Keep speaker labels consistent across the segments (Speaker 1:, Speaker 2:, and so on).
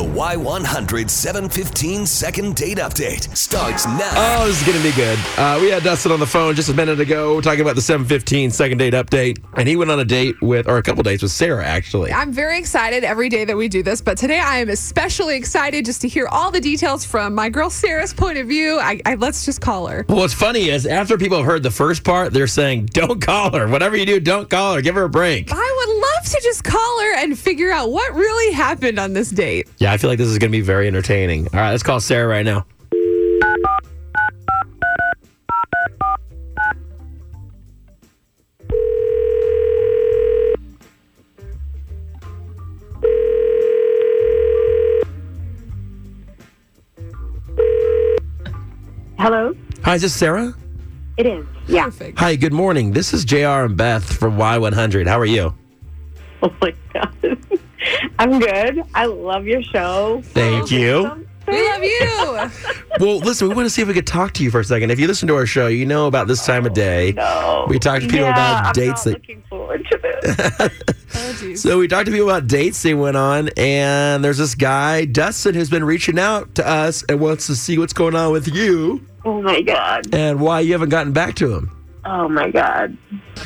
Speaker 1: Y100 715 second date update starts now.
Speaker 2: Oh, this is going to be good. Uh, we had Dustin on the phone just a minute ago talking about the 715 second date update, and he went on a date with, or a couple dates with Sarah, actually.
Speaker 3: I'm very excited every day that we do this, but today I am especially excited just to hear all the details from my girl Sarah's point of view. I, I let's just call her.
Speaker 2: Well, what's funny is after people have heard the first part, they're saying, don't call her. Whatever you do, don't call her. Give her a break.
Speaker 3: I would love to just call her and figure out what really happened on this date.
Speaker 2: Yeah, I feel like this is going to be very entertaining. All right, let's call Sarah right now.
Speaker 4: Hello?
Speaker 2: Hi, is this Sarah?
Speaker 4: It is. Yeah.
Speaker 3: Perfect.
Speaker 2: Hi, good morning. This is JR and Beth from Y100. How are you?
Speaker 4: Oh my god. I'm good. I love your show.
Speaker 2: Thank you.
Speaker 3: We love you.
Speaker 2: Well, listen, we want to see if we could talk to you for a second. If you listen to our show, you know about this time of day.
Speaker 4: No.
Speaker 2: We talked to people
Speaker 4: yeah,
Speaker 2: about
Speaker 4: I'm
Speaker 2: dates
Speaker 4: Not
Speaker 2: that-
Speaker 4: looking forward to this.
Speaker 3: oh, geez.
Speaker 2: So we talked to people about dates they went on, and there's this guy, Dustin, who's been reaching out to us and wants to see what's going on with you
Speaker 4: oh my god.
Speaker 2: and why you haven't gotten back to him.
Speaker 4: Oh my god.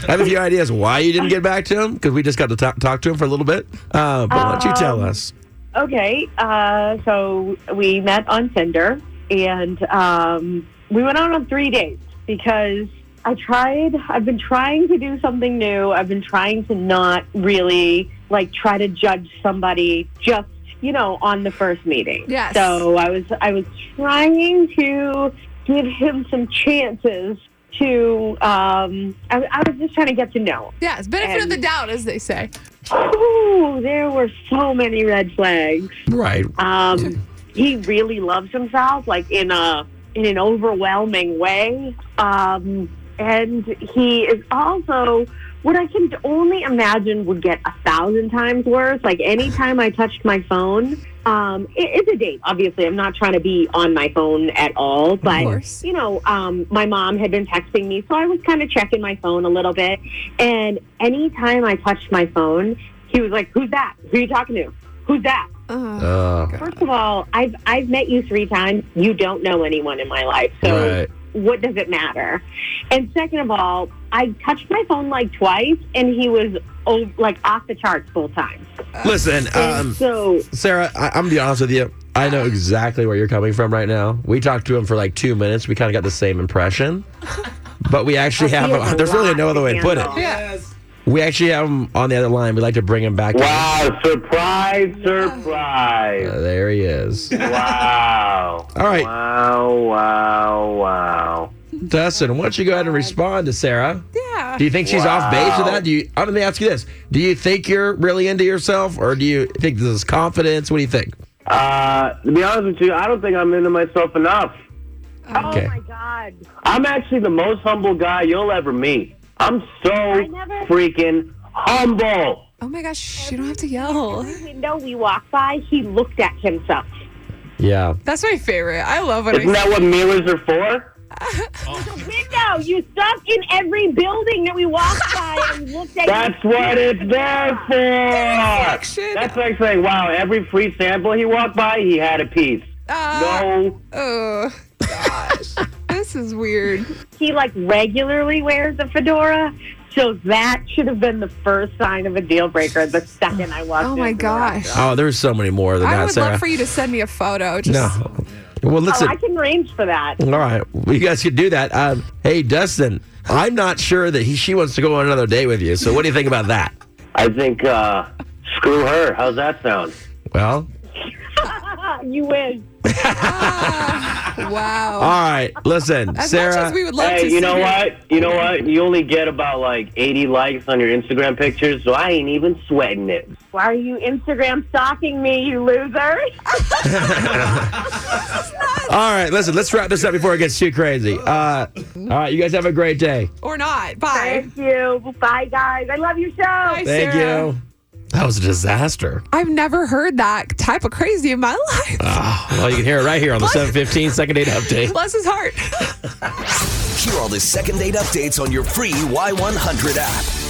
Speaker 2: I have a few ideas why you didn't get back to him because we just got to talk, talk to him for a little bit. Uh, but why don't you tell us?
Speaker 4: Okay. Uh, so we met on Tinder and um, we went out on three dates because I tried, I've been trying to do something new. I've been trying to not really like try to judge somebody just, you know, on the first meeting.
Speaker 3: Yes.
Speaker 4: So I was, I was trying to give him some chances to, um, I, I was just trying to get to know him.
Speaker 3: Yeah, it's benefit of
Speaker 4: And-
Speaker 3: the doubt, as they say.
Speaker 4: Oh, there were so many red flags.
Speaker 2: Right.
Speaker 4: Um, he really loves himself, like in a in an overwhelming way. Um, and he is also what I can only imagine would get a thousand times worse. Like anytime I touched my phone, um, it, it's a date. Obviously, I'm not trying to be on my phone at all, but
Speaker 3: course.
Speaker 4: you know, um, my mom had been texting me, so I was kind of checking my phone a little bit. And anytime I touched my phone, he was like, "Who's that? Who are you talking to? Who's that?"
Speaker 3: Uh,
Speaker 2: Uh,
Speaker 4: First of all, I've I've met you three times. You don't know anyone in my life, so
Speaker 2: right.
Speaker 4: what does it matter? And second of all, I touched my phone like twice, and he was oh, like off the charts full time.
Speaker 2: Listen,
Speaker 4: And
Speaker 2: um,
Speaker 4: so
Speaker 2: Sarah, I, I'm gonna be honest with you. I know exactly where you're coming from right now. We talked to him for like two minutes. We kind of got the same impression, but we actually
Speaker 4: Oh,
Speaker 2: have.
Speaker 4: he has
Speaker 2: him-
Speaker 4: a
Speaker 2: there's really
Speaker 4: lot
Speaker 2: no other
Speaker 4: to
Speaker 2: way to put it.
Speaker 4: handle.
Speaker 3: yes.
Speaker 2: We actually have him on the other line. We'd like to bring him back. in.
Speaker 5: Wow, surprise, surprise.
Speaker 2: Uh, there he is.
Speaker 5: Wow.
Speaker 2: All right.
Speaker 5: Wow, wow, wow.
Speaker 2: Dustin, why don't you go ahead and respond to Sarah?
Speaker 3: Yeah.
Speaker 2: Do you think she's off base with
Speaker 5: Wow.
Speaker 2: that? Do you? I'm gonna ask you this: Do you think you're really into yourself, or do you think this is confidence? What do you think?
Speaker 5: Uh, to be honest with you, I don't think I'm into myself enough.
Speaker 2: Okay.
Speaker 4: oh my god,
Speaker 5: I'm actually the most humble guy you'll ever meet. I'm so
Speaker 4: never-
Speaker 5: freaking humble.
Speaker 3: Oh my gosh, you don't have to yell.
Speaker 4: every window we walked by, he looked at himself.
Speaker 2: Yeah.
Speaker 3: That's my favorite. I love when
Speaker 5: Isn't
Speaker 3: I.
Speaker 5: that what mirrors are for?
Speaker 4: Window, you stuck in every building that we walked by and looked at.
Speaker 5: That's what it's there for.
Speaker 3: Action.
Speaker 5: That's like saying, wow, every free sample he walked by, he had a piece.
Speaker 3: Uh,
Speaker 5: No
Speaker 3: Oh gosh, this is weird.
Speaker 4: he like regularly wears a fedora. So that should have been the first sign of a deal breaker the second I walked
Speaker 3: Oh
Speaker 4: into
Speaker 3: my
Speaker 4: the
Speaker 3: gosh.
Speaker 4: restaurant.
Speaker 2: Oh, there's so many more than
Speaker 3: I
Speaker 2: that,
Speaker 3: would
Speaker 2: Sarah.
Speaker 3: love for you to send me a photo. Just,
Speaker 2: no. Well,
Speaker 4: Oh,
Speaker 2: listen.
Speaker 4: I can arrange for that.
Speaker 2: All right, well, you guys could do that. Um, hey, Dustin, I'm not sure that he, she wants to go on another date with you. So, what do you think about that?
Speaker 5: I think uh, screw her. How's that sound?
Speaker 2: Well,
Speaker 4: Uh, You win.
Speaker 3: Wow.
Speaker 2: all right. Listen,
Speaker 3: as
Speaker 2: Sarah.
Speaker 3: much as we would love to
Speaker 5: Hey, you
Speaker 3: see
Speaker 5: know
Speaker 3: her-
Speaker 5: what? You know what? You only get about like 80 likes on your Instagram pictures, so I ain't even sweating it.
Speaker 4: Why are you Instagram stalking me, you loser?
Speaker 2: all right, listen. Let's wrap this up before it gets too crazy. Uh, all right, you guys have a great day.
Speaker 3: or not. Bye.
Speaker 4: Thank you. Bye, guys. I love your show.
Speaker 3: Bye,
Speaker 2: Thank
Speaker 3: Sarah.
Speaker 2: you. That was a disaster.
Speaker 3: I've never heard that type of crazy in my life.
Speaker 2: Well, you can hear it right here on the 715 second date update.
Speaker 3: Bless his heart.
Speaker 1: Hear all the second date updates on your free Y100 app.